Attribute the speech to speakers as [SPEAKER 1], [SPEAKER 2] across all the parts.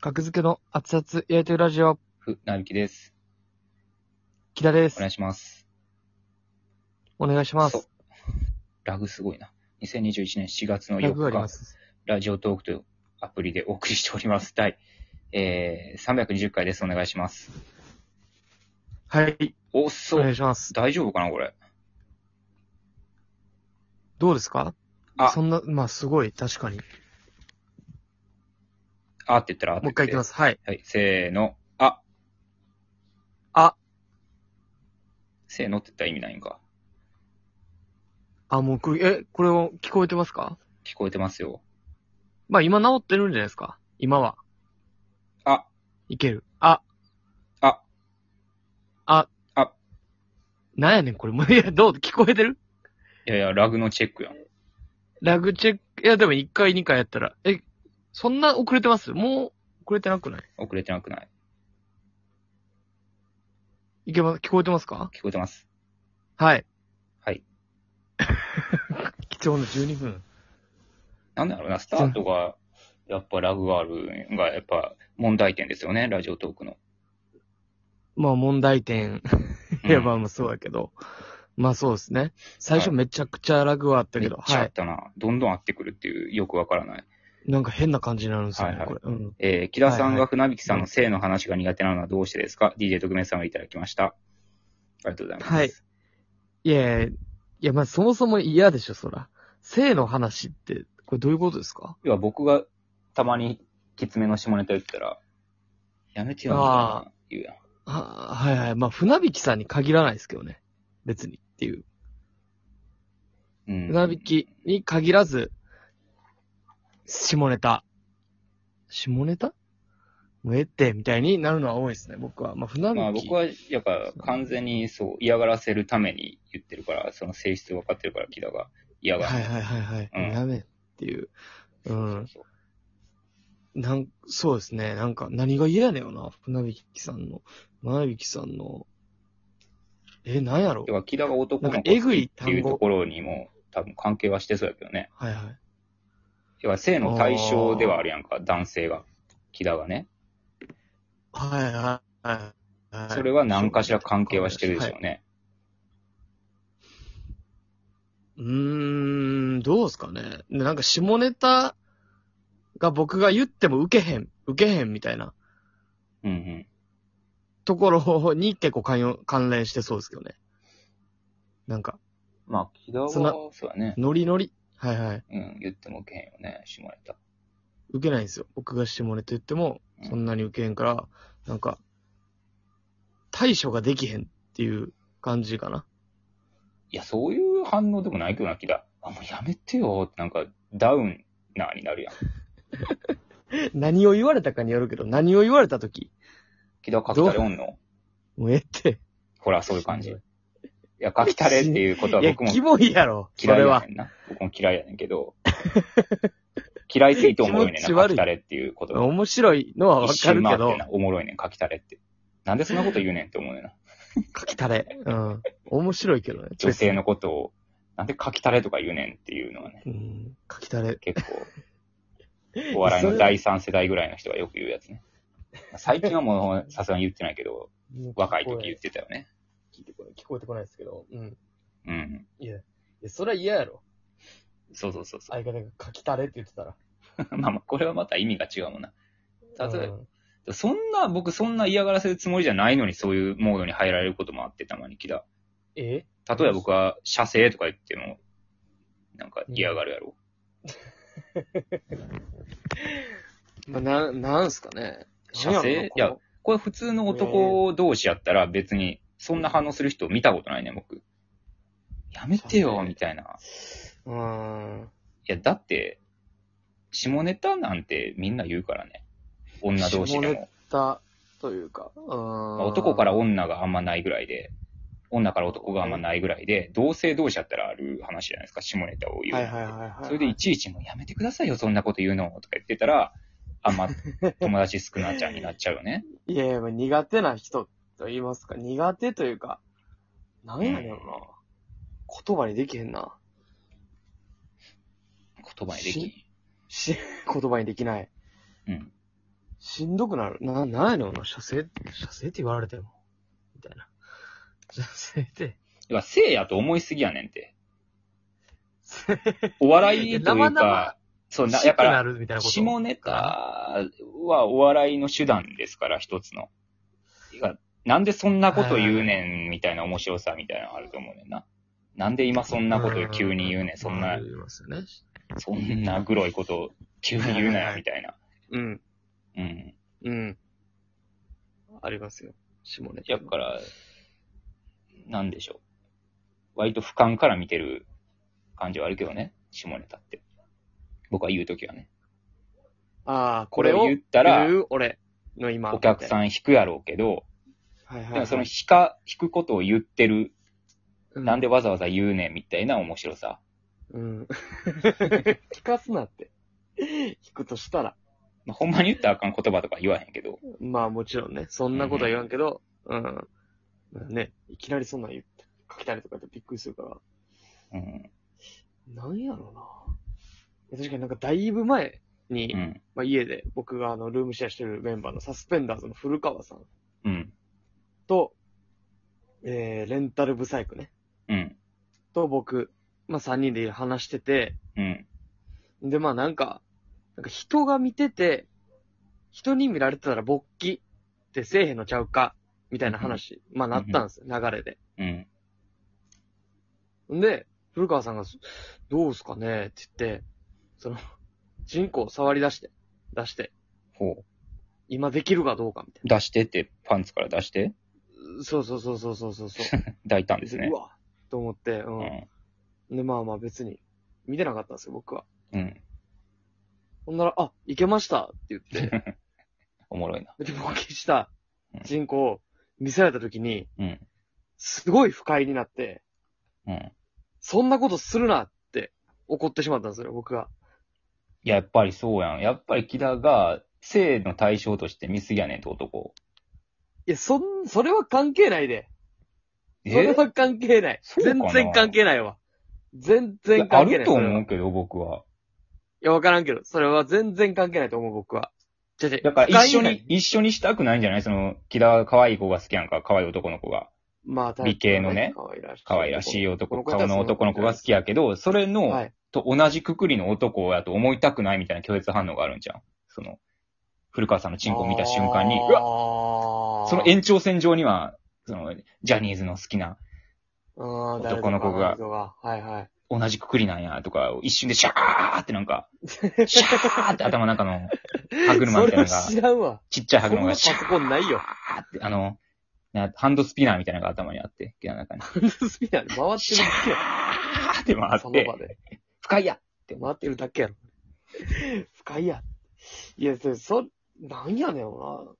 [SPEAKER 1] 格付けの熱々焼いてるラジオ、
[SPEAKER 2] ふ、なびきです。
[SPEAKER 1] 木田で
[SPEAKER 2] お願
[SPEAKER 1] す。
[SPEAKER 2] いします。
[SPEAKER 1] お願いしま
[SPEAKER 2] そう
[SPEAKER 1] す。
[SPEAKER 2] ラグすごいな。2021年4月の
[SPEAKER 1] ラグがあ
[SPEAKER 2] 4
[SPEAKER 1] りま
[SPEAKER 2] 日、
[SPEAKER 1] す。
[SPEAKER 2] ラジオトークというアプリでお送りしております。第、えー、320回です。お願いします。
[SPEAKER 1] はい、
[SPEAKER 2] おっ
[SPEAKER 1] お
[SPEAKER 2] そ
[SPEAKER 1] 願いします。
[SPEAKER 2] 大丈夫かなこれ。
[SPEAKER 1] どうですか
[SPEAKER 2] あ
[SPEAKER 1] そんな、まあすごい、確かに。も
[SPEAKER 2] あって言ったらあって。
[SPEAKER 1] う一回いきますす。はい。
[SPEAKER 2] はい、せーの、あ。
[SPEAKER 1] あ。
[SPEAKER 2] せーのって言ったら意味ないんか。
[SPEAKER 1] あ、もうく、え、これを聞こえてますか
[SPEAKER 2] 聞こえてますよ。
[SPEAKER 1] まあ今治ってるんじゃないですか今は。
[SPEAKER 2] あ。
[SPEAKER 1] いける。あ。
[SPEAKER 2] あ。
[SPEAKER 1] あ。
[SPEAKER 2] あ。
[SPEAKER 1] なんやねん、これ。もういや、どう聞こえてる
[SPEAKER 2] いやいや、ラグのチェックやん。
[SPEAKER 1] ラグチェック、いや、でも1回、2回やったら、え、そんな遅れてますもう、遅れてなくない
[SPEAKER 2] 遅れてなくない。
[SPEAKER 1] いけます、聞こえてますか
[SPEAKER 2] 聞こえてます。
[SPEAKER 1] はい。
[SPEAKER 2] はい。
[SPEAKER 1] 貴重な12分。
[SPEAKER 2] なんだろうな、スタートが、やっぱラグがあるのが、やっぱ問題点ですよね、ラジオトークの。
[SPEAKER 1] まあ問題点、
[SPEAKER 2] う ん
[SPEAKER 1] いや、まあまあそうだけど。まあそうですね。最初
[SPEAKER 2] はい
[SPEAKER 1] めちゃくちゃラグはあった
[SPEAKER 2] め
[SPEAKER 1] け
[SPEAKER 2] っ
[SPEAKER 1] ど、
[SPEAKER 2] ちゃ
[SPEAKER 1] は
[SPEAKER 2] あったな。どんどん合ってくるっていう、よくわからない。
[SPEAKER 1] い。なんか変な感じになるんですよね、
[SPEAKER 2] はいはい
[SPEAKER 1] これ。うん。
[SPEAKER 2] えー、木田さん
[SPEAKER 1] はいはい
[SPEAKER 2] が船引さんの性の話が苦手なのはどうしてですか、?DJ 特命さんがいただきました。ありがとうございます。
[SPEAKER 1] はい。いやいやいや、まあそもそも嫌でしょ、そら。性の話って、これどういうことですか
[SPEAKER 2] 要は僕がたまにきつめの下ネタ言ったら、やめてよ、みたい
[SPEAKER 1] あ
[SPEAKER 2] な言うやん。
[SPEAKER 1] あはいはい。まあ船引きさんに限らないですけどね。別にっていう。
[SPEAKER 2] うん
[SPEAKER 1] 船引きに限らず、下ネタ。下ネタもうええって、みたいになるのは多いですね、僕は。まあ、船引き。
[SPEAKER 2] まあ僕はやっぱ完全にそう嫌がらせるために言ってるから、その性質分かってるから、木田が嫌がら
[SPEAKER 1] は
[SPEAKER 2] せ
[SPEAKER 1] い
[SPEAKER 2] る。
[SPEAKER 1] はいはいはい。
[SPEAKER 2] うん
[SPEAKER 1] やめっていう。う。
[SPEAKER 2] そうんそう
[SPEAKER 1] なん、そうですね。なんか、何が嫌やねんよな。船引きさんの。船引きさんの。え、なんやろ
[SPEAKER 2] だから、木田が男
[SPEAKER 1] なん
[SPEAKER 2] の子
[SPEAKER 1] か
[SPEAKER 2] っ、
[SPEAKER 1] えぐい
[SPEAKER 2] てい
[SPEAKER 1] 単
[SPEAKER 2] うと
[SPEAKER 1] 語。
[SPEAKER 2] ころにも、多分関係はしてそうやけどね。
[SPEAKER 1] はいはい。
[SPEAKER 2] 要は、性の対象ではあるやんか、男性が。木田がね。
[SPEAKER 1] はいはいはいはい。
[SPEAKER 2] それは何かしら関係はしてるでしょうね。
[SPEAKER 1] うーん、どうすかね。なんか下ネタが僕が言っても受けへん、受けへんみたいな
[SPEAKER 2] うんうん。
[SPEAKER 1] ところに結構関与 関連してそうですけどね。なんか、
[SPEAKER 2] まあ、木田は、
[SPEAKER 1] そんな
[SPEAKER 2] そうやね。
[SPEAKER 1] ノリノリ。はいはい。
[SPEAKER 2] うん、言っても受けへんよね、下ネタ。
[SPEAKER 1] 受けないんですよ。僕が下ネタ言っても
[SPEAKER 2] う、ん
[SPEAKER 1] そんなに受けへんから、なんか、対処ができへんっていう感じかな。
[SPEAKER 2] いや、そういう反応でもないけどな、木田。あ、もうやめてよって、なんか、ダウンなーになるやん。
[SPEAKER 1] 何を言われたかによるけど、何を言われたとき、
[SPEAKER 2] 木田、書きたれおんの
[SPEAKER 1] もうええって。
[SPEAKER 2] ほら、そういう感じ。いや、書きたれっていうことはい
[SPEAKER 1] や、
[SPEAKER 2] 僕も
[SPEAKER 1] キモいやろ。そ
[SPEAKER 2] 嫌い
[SPEAKER 1] れ
[SPEAKER 2] や
[SPEAKER 1] は
[SPEAKER 2] ね。んな。僕も嫌いやねんけど。 嫌いすぎておもろいねんな、
[SPEAKER 1] 気持ち
[SPEAKER 2] 書
[SPEAKER 1] 悪い
[SPEAKER 2] きたれっていうことが。
[SPEAKER 1] 面白いのはわ
[SPEAKER 2] 一
[SPEAKER 1] か
[SPEAKER 2] 周
[SPEAKER 1] る
[SPEAKER 2] 回
[SPEAKER 1] け
[SPEAKER 2] って
[SPEAKER 1] ど、
[SPEAKER 2] な、おもろいねん、書きたれって。なんでそんなこと言うねんって思うね んな。
[SPEAKER 1] 書きたれ。うん。面白いけどね。
[SPEAKER 2] 女性のことを、なんで書きたれとか言うねんっていうのはね、
[SPEAKER 1] うん。書きたれ。
[SPEAKER 2] 結構、お笑いの第三世代ぐらいの人がよく言うやつね。最近はもう、さすがに言ってないけ ど、若い時言ってたよね。
[SPEAKER 1] 聞いてこない。聞こえてこないですけど。うん。
[SPEAKER 2] うん。
[SPEAKER 1] いや、それは嫌やろ。
[SPEAKER 2] そうそうそう そ
[SPEAKER 1] 相方が書きたれって言ってたら。
[SPEAKER 2] う。まあまあ、これはまた意味が違うもんな。例えばそんな、僕そんな嫌がらせるつもりじゃないのにそういうモードに入られることもあってたまに気だ。
[SPEAKER 1] え
[SPEAKER 2] 例えば僕は射精とか言っても、なんか嫌がるやろ。
[SPEAKER 1] まあ、な、なんすかね。
[SPEAKER 2] 射精
[SPEAKER 1] なんやろ
[SPEAKER 2] これ普通の男同士やったら別にそんな反応する人見たことないね、僕。やめて
[SPEAKER 1] 射
[SPEAKER 2] よ、
[SPEAKER 1] 精
[SPEAKER 2] みたいな。
[SPEAKER 1] なこのう
[SPEAKER 2] いや、だって、下ネタなんてみんな言うからね。女同士で
[SPEAKER 1] 下ネ
[SPEAKER 2] も。
[SPEAKER 1] ーん。た、というか。うーん
[SPEAKER 2] まあ男から女があんまないぐらいで、女から男があんまないぐらいで、同性同士やったらある話じゃないですか、下ネタを言う。
[SPEAKER 1] はいはいはいはい。
[SPEAKER 2] それでいちいちもうやめてくださいよ、そんなこと言うの、とか言ってたら、あんま友達少なちゃんになっちゃうよね。
[SPEAKER 1] いやいや、まあ苦手な人と言いますか。苦手というか。 なんやねんな。言葉にできへんな。
[SPEAKER 2] 言葉にできん。
[SPEAKER 1] し、言葉にできない。
[SPEAKER 2] うん。
[SPEAKER 1] しんどくなる。な、なんやねん、俺、射精、射精って言われても。みたいな。射精って。
[SPEAKER 2] いや、せいやと思いすぎやねんって。お笑いとい
[SPEAKER 1] 生
[SPEAKER 2] う
[SPEAKER 1] 々
[SPEAKER 2] か、そう、 な、
[SPEAKER 1] し
[SPEAKER 2] や
[SPEAKER 1] く
[SPEAKER 2] か
[SPEAKER 1] な
[SPEAKER 2] ら、
[SPEAKER 1] るみたいなこと。
[SPEAKER 2] 下ネタはお笑いの手段ですから、一つの。いやなんでそんなこと言うねん、みたいな面白さみたいなのあると思うねんな。なんで今そんなこと急に言うねん、そん
[SPEAKER 1] まあ
[SPEAKER 2] な
[SPEAKER 1] 言、いますよね。
[SPEAKER 2] そんなグロいことを急に言うなよ、みたいな。
[SPEAKER 1] うん。
[SPEAKER 2] うん。
[SPEAKER 1] うん。ありますよ。下ネタ。
[SPEAKER 2] やから、なんでしょう。割と俯瞰から見てる感じはあるけどね、下ネタって。僕は言うときはね。
[SPEAKER 1] ああ、
[SPEAKER 2] こ
[SPEAKER 1] こ
[SPEAKER 2] れ
[SPEAKER 1] れ
[SPEAKER 2] を
[SPEAKER 1] を
[SPEAKER 2] 言ったら、
[SPEAKER 1] 言う俺の今。
[SPEAKER 2] お客さ
[SPEAKER 1] ん。
[SPEAKER 2] ん引くやろうけど、
[SPEAKER 1] はいはい、
[SPEAKER 2] で
[SPEAKER 1] は
[SPEAKER 2] も
[SPEAKER 1] い。
[SPEAKER 2] その引か、引くことを言ってる、
[SPEAKER 1] う
[SPEAKER 2] なんでわざわざ言うねんみたいな面白さ。
[SPEAKER 1] うん。 聞かすなって。聞くとしたら。
[SPEAKER 2] まあ、ほんまに言ったらあかん言葉とか言わへんけど、
[SPEAKER 1] まあもちろんね、そんなことは言わんけど、うん。ね、いきなりそんなん言って、来たりとかってびっくりするから。
[SPEAKER 2] うん、
[SPEAKER 1] なんやろな。確かになんかだいぶ前に、
[SPEAKER 2] うん、
[SPEAKER 1] まあ家で僕があのルームシェアしてるメンバーのサスペンダーズの古川さん
[SPEAKER 2] うん、
[SPEAKER 1] と、えー、レンタルブサイクね。
[SPEAKER 2] うん、
[SPEAKER 1] と僕、まあ3人で話してて、
[SPEAKER 2] うん、
[SPEAKER 1] で、まあなんか、なんか人が見てて、人に見られてたら勃起ってせえへんのちゃうか、みたいな話、まあなったんですよ、流れで。
[SPEAKER 2] うん、
[SPEAKER 1] んで、古川さんが、そどうすかねって言って、その、人口を触り出して、出して、
[SPEAKER 2] ほ。
[SPEAKER 1] 今できるかどうか、みたいう
[SPEAKER 2] 出してって、パンツから出して、
[SPEAKER 1] な。そうそうそうそうそうそうそう。
[SPEAKER 2] 抱いたん ですね
[SPEAKER 1] う。わと思って、
[SPEAKER 2] う、
[SPEAKER 1] うんん。で、まあまあ別に、見てなかったんですよ、僕は。
[SPEAKER 2] うん、
[SPEAKER 1] ほんなら、あ、いけましたって言って、
[SPEAKER 2] おもろいな。
[SPEAKER 1] で、勃起した人口を見せられた時に、
[SPEAKER 2] うん、
[SPEAKER 1] すごい不快になって、
[SPEAKER 2] うん。
[SPEAKER 1] そんなことするなって怒ってしまったんですよ、僕が。
[SPEAKER 2] いや、やっぱりそうやん。やっぱり木田が、性の対象として見すぎやねんって男。
[SPEAKER 1] いや、そん、それは関係ないで。それ
[SPEAKER 2] え
[SPEAKER 1] は関係ない。
[SPEAKER 2] そうか
[SPEAKER 1] 全
[SPEAKER 2] な
[SPEAKER 1] 然関係ないわ。全然
[SPEAKER 2] あ
[SPEAKER 1] 関係ない。
[SPEAKER 2] ると
[SPEAKER 1] それは
[SPEAKER 2] 思
[SPEAKER 1] いう
[SPEAKER 2] けど、僕は。
[SPEAKER 1] や、わからんけど、それは全然関係ないと思う、僕は。じゃじゃ
[SPEAKER 2] だから一緒。
[SPEAKER 1] 不快
[SPEAKER 2] に
[SPEAKER 1] な、
[SPEAKER 2] 一緒にしたくないんじゃないその、木田が可愛い子が好きやんか、可愛い男の子が。
[SPEAKER 1] まあ、
[SPEAKER 2] 美形のね
[SPEAKER 1] 可愛らしい。
[SPEAKER 2] 可愛らしい男、
[SPEAKER 1] この子た
[SPEAKER 2] 顔
[SPEAKER 1] ち
[SPEAKER 2] の男の子が好きやけど、それの、
[SPEAKER 1] はい。
[SPEAKER 2] と同じくくりの男やと思いたくないみたいな拒絶反応があるんじゃん。その、古川さんのチンコを見た瞬間に、うわ
[SPEAKER 1] わ
[SPEAKER 2] その延長線上には、その、ジャニーズの好きな、男
[SPEAKER 1] 男
[SPEAKER 2] の子が
[SPEAKER 1] はいはい。
[SPEAKER 2] 同じくくりなんやとか、一瞬でシャーってなんか、シャーって頭の中の歯車みたいなのが
[SPEAKER 1] それは知らんわ。
[SPEAKER 2] ちっちゃい
[SPEAKER 1] そ
[SPEAKER 2] 歯
[SPEAKER 1] んな
[SPEAKER 2] 車が
[SPEAKER 1] パ
[SPEAKER 2] シャ
[SPEAKER 1] ソコンないよ。
[SPEAKER 2] ーって、あの、なハンドスピナーみたいなのが頭にあって、毛の中に。
[SPEAKER 1] スピナーで回ってるだけや
[SPEAKER 2] あーって回
[SPEAKER 1] そ
[SPEAKER 2] っ
[SPEAKER 1] の場
[SPEAKER 2] て、
[SPEAKER 1] で。
[SPEAKER 2] 深いや
[SPEAKER 1] 回ってるだけやろ。深いや。いや、そ、そ、なんやねんよ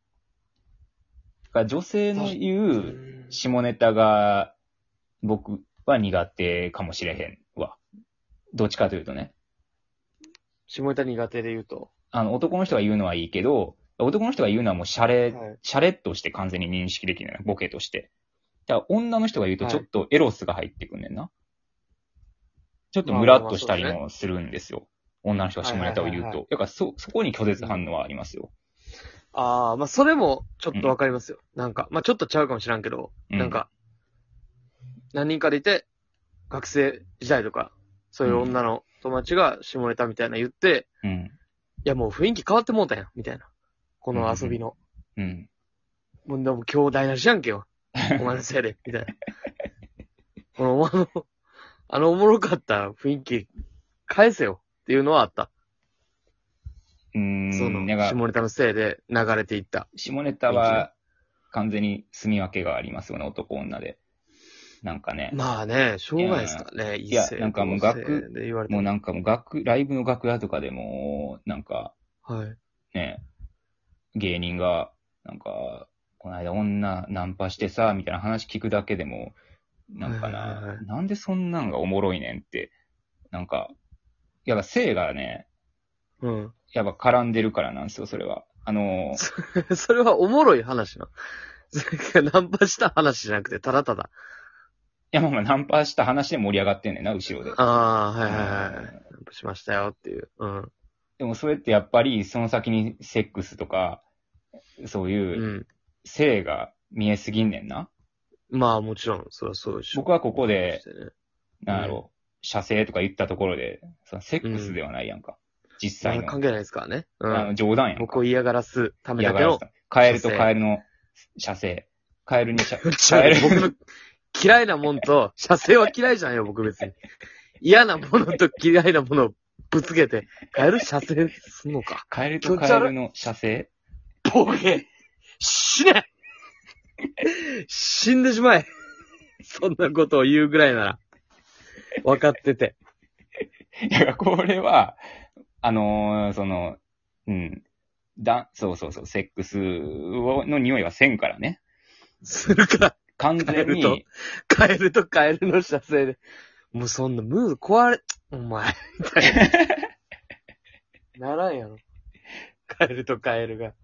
[SPEAKER 2] だから女性の言
[SPEAKER 1] な。
[SPEAKER 2] う下ネタが、僕は苦手かもしれへんわ。どっちかというとね。
[SPEAKER 1] 下ネタ苦手で言うと。
[SPEAKER 2] あの、男の人が言うのはいいけど、男の人が言うのはもうシャ
[SPEAKER 1] は
[SPEAKER 2] レ、
[SPEAKER 1] い。
[SPEAKER 2] シャレとして完全に認識できない。ボケとして。だから女の人が言うと
[SPEAKER 1] はい
[SPEAKER 2] ちょっとエロスが入ってくんねんな。ちょっとムラっとしたり
[SPEAKER 1] まあま
[SPEAKER 2] もするんですよ。女の人が下ネタを言
[SPEAKER 1] はい
[SPEAKER 2] う
[SPEAKER 1] はいはい
[SPEAKER 2] と。だからそ、そこに拒絶反応はありますよ。
[SPEAKER 1] ああ、まあ、それも、ちょっとわかりますよ。なんか、まあ、ちょっとちゃうかもしらんけど、
[SPEAKER 2] うん
[SPEAKER 1] なんか、何人かでいて、学生時代とか、そういう女の友達が下ネタみたいな言って、
[SPEAKER 2] うん。
[SPEAKER 1] いや、もう雰囲気変わってもうたやん、みたいな。この遊びの。
[SPEAKER 2] うん。
[SPEAKER 1] もうでも今日台無しやんけ よ。お前のせいで、みたいな。この、お前の、あのおもろかった雰囲気、返せよっていうのはあった。
[SPEAKER 2] う
[SPEAKER 1] そ
[SPEAKER 2] ー
[SPEAKER 1] の、
[SPEAKER 2] ん。だから、
[SPEAKER 1] 下ネタのせいで流れていった。
[SPEAKER 2] 下ネタは完全に住み分けがありますよね、男女で。なんかね。
[SPEAKER 1] まあね、しょうがないですからね。い
[SPEAKER 2] やなんかもう学
[SPEAKER 1] で言われて
[SPEAKER 2] もう
[SPEAKER 1] も。
[SPEAKER 2] なんかもう楽、ライブの楽屋とかでも、なんか
[SPEAKER 1] はい。
[SPEAKER 2] ね、芸人が、なんか、この間女ナンパしてさ、みたいな話聞くだけでも、なんか
[SPEAKER 1] はいはいは
[SPEAKER 2] な、
[SPEAKER 1] い
[SPEAKER 2] なんでそんなんがおもろいねんって、なんか、やっぱ性がね、
[SPEAKER 1] うん。
[SPEAKER 2] やっぱ絡んでるからなんですよ、それは。あの、
[SPEAKER 1] それはおもろい話 な。それがナンパした話じゃなくて、ただただ。
[SPEAKER 2] いやまあまあナンパした話で盛り上がってんねんな、後ろで。
[SPEAKER 1] ああ、はいはいはい。
[SPEAKER 2] うん
[SPEAKER 1] ナンパしましたよっていう。うん。
[SPEAKER 2] でもそれってやっぱりその先にセックスとか、そう
[SPEAKER 1] う
[SPEAKER 2] いう、
[SPEAKER 1] ん。
[SPEAKER 2] 性が見えすぎんねんな。
[SPEAKER 1] まあもちろん、そりゃそうでしょ。
[SPEAKER 2] 僕はここで、
[SPEAKER 1] そうですよね
[SPEAKER 2] なんやろ、射精とか言ったところで、そのセックスではないやんか。実際
[SPEAKER 1] まあ
[SPEAKER 2] の
[SPEAKER 1] 関。係ないですからね。う
[SPEAKER 2] あの
[SPEAKER 1] ん。
[SPEAKER 2] 冗談やん
[SPEAKER 1] 僕
[SPEAKER 2] か。
[SPEAKER 1] を嫌がらすためだ
[SPEAKER 2] 嫌が
[SPEAKER 1] け
[SPEAKER 2] らせ
[SPEAKER 1] の
[SPEAKER 2] た。カエルと
[SPEAKER 1] 射精
[SPEAKER 2] カエルの射精。カエルに 射、
[SPEAKER 1] ちょ
[SPEAKER 2] カエル
[SPEAKER 1] 僕の嫌いなもん と、射精は嫌いじゃんよ、僕別に。嫌なものと嫌いなものをぶつけて、変える射精すんのか。
[SPEAKER 2] カエルとカエルの射精
[SPEAKER 1] ボケ死ね死んでしまえそんなことを言うぐらいなら。分かってて。
[SPEAKER 2] いや、これは、あのーその、うん。だ、そうそうそう、セックスをの匂いはせんからね。
[SPEAKER 1] するから、
[SPEAKER 2] 完全
[SPEAKER 1] カエルと
[SPEAKER 2] に、
[SPEAKER 1] カエルとカエルの射精で。もうそんなムード壊れ、お 前、みたいな。ならんやろ。カエルとカエルが。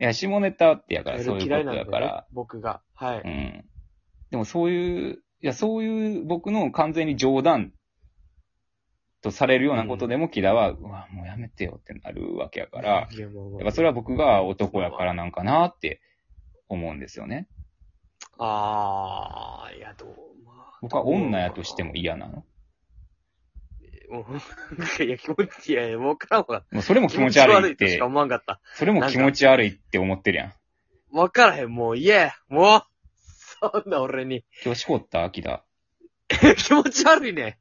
[SPEAKER 2] いや、下ネタってやか
[SPEAKER 1] カ
[SPEAKER 2] ら、
[SPEAKER 1] エ
[SPEAKER 2] そう
[SPEAKER 1] ル
[SPEAKER 2] いう
[SPEAKER 1] 嫌い
[SPEAKER 2] こ
[SPEAKER 1] な
[SPEAKER 2] と
[SPEAKER 1] ん
[SPEAKER 2] や
[SPEAKER 1] だ
[SPEAKER 2] か
[SPEAKER 1] から
[SPEAKER 2] ら、、
[SPEAKER 1] 僕が。はい。
[SPEAKER 2] うん。でもそういう、いや、そういう僕の完全に冗談とされるようなことでも、キダは、うわ、もうやめてよってなるわけやから、や
[SPEAKER 1] いや、もう
[SPEAKER 2] っぱそれは僕が男やからなんかなって思うんですよね。
[SPEAKER 1] ああ、いや、どう、まあ。
[SPEAKER 2] 僕は女やとしても嫌なの。
[SPEAKER 1] もう。いや、気持ち、いやいや、わからんわ。
[SPEAKER 2] もうそれも気持ち悪い
[SPEAKER 1] 気持ち
[SPEAKER 2] っ
[SPEAKER 1] 悪としてか、思わんかった。
[SPEAKER 2] それも気持ち悪いって思ってるやん。
[SPEAKER 1] わからへん、もう、いや、もう、そんな俺に。
[SPEAKER 2] 今日しこった秋田。
[SPEAKER 1] 気持ち悪いね。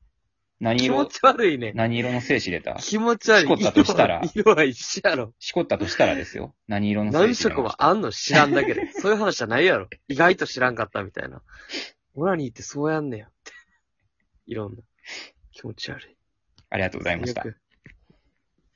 [SPEAKER 2] 何
[SPEAKER 1] 気持
[SPEAKER 2] 色、
[SPEAKER 1] ち悪いね。
[SPEAKER 2] 何色の精子出た
[SPEAKER 1] 気持ち悪い。
[SPEAKER 2] しこったとしたら
[SPEAKER 1] 色は色は一緒やろ。
[SPEAKER 2] しこったとしたらですよ。何色の精
[SPEAKER 1] 何
[SPEAKER 2] 子出
[SPEAKER 1] 色
[SPEAKER 2] ま
[SPEAKER 1] も
[SPEAKER 2] した
[SPEAKER 1] あんの知らんだけ で。そういう話じゃないやろ。意外と知らんかったみたいな。オナニーってそうやんねや。いろんな。気持ち悪い。
[SPEAKER 2] ありがとうございました
[SPEAKER 1] 最。悪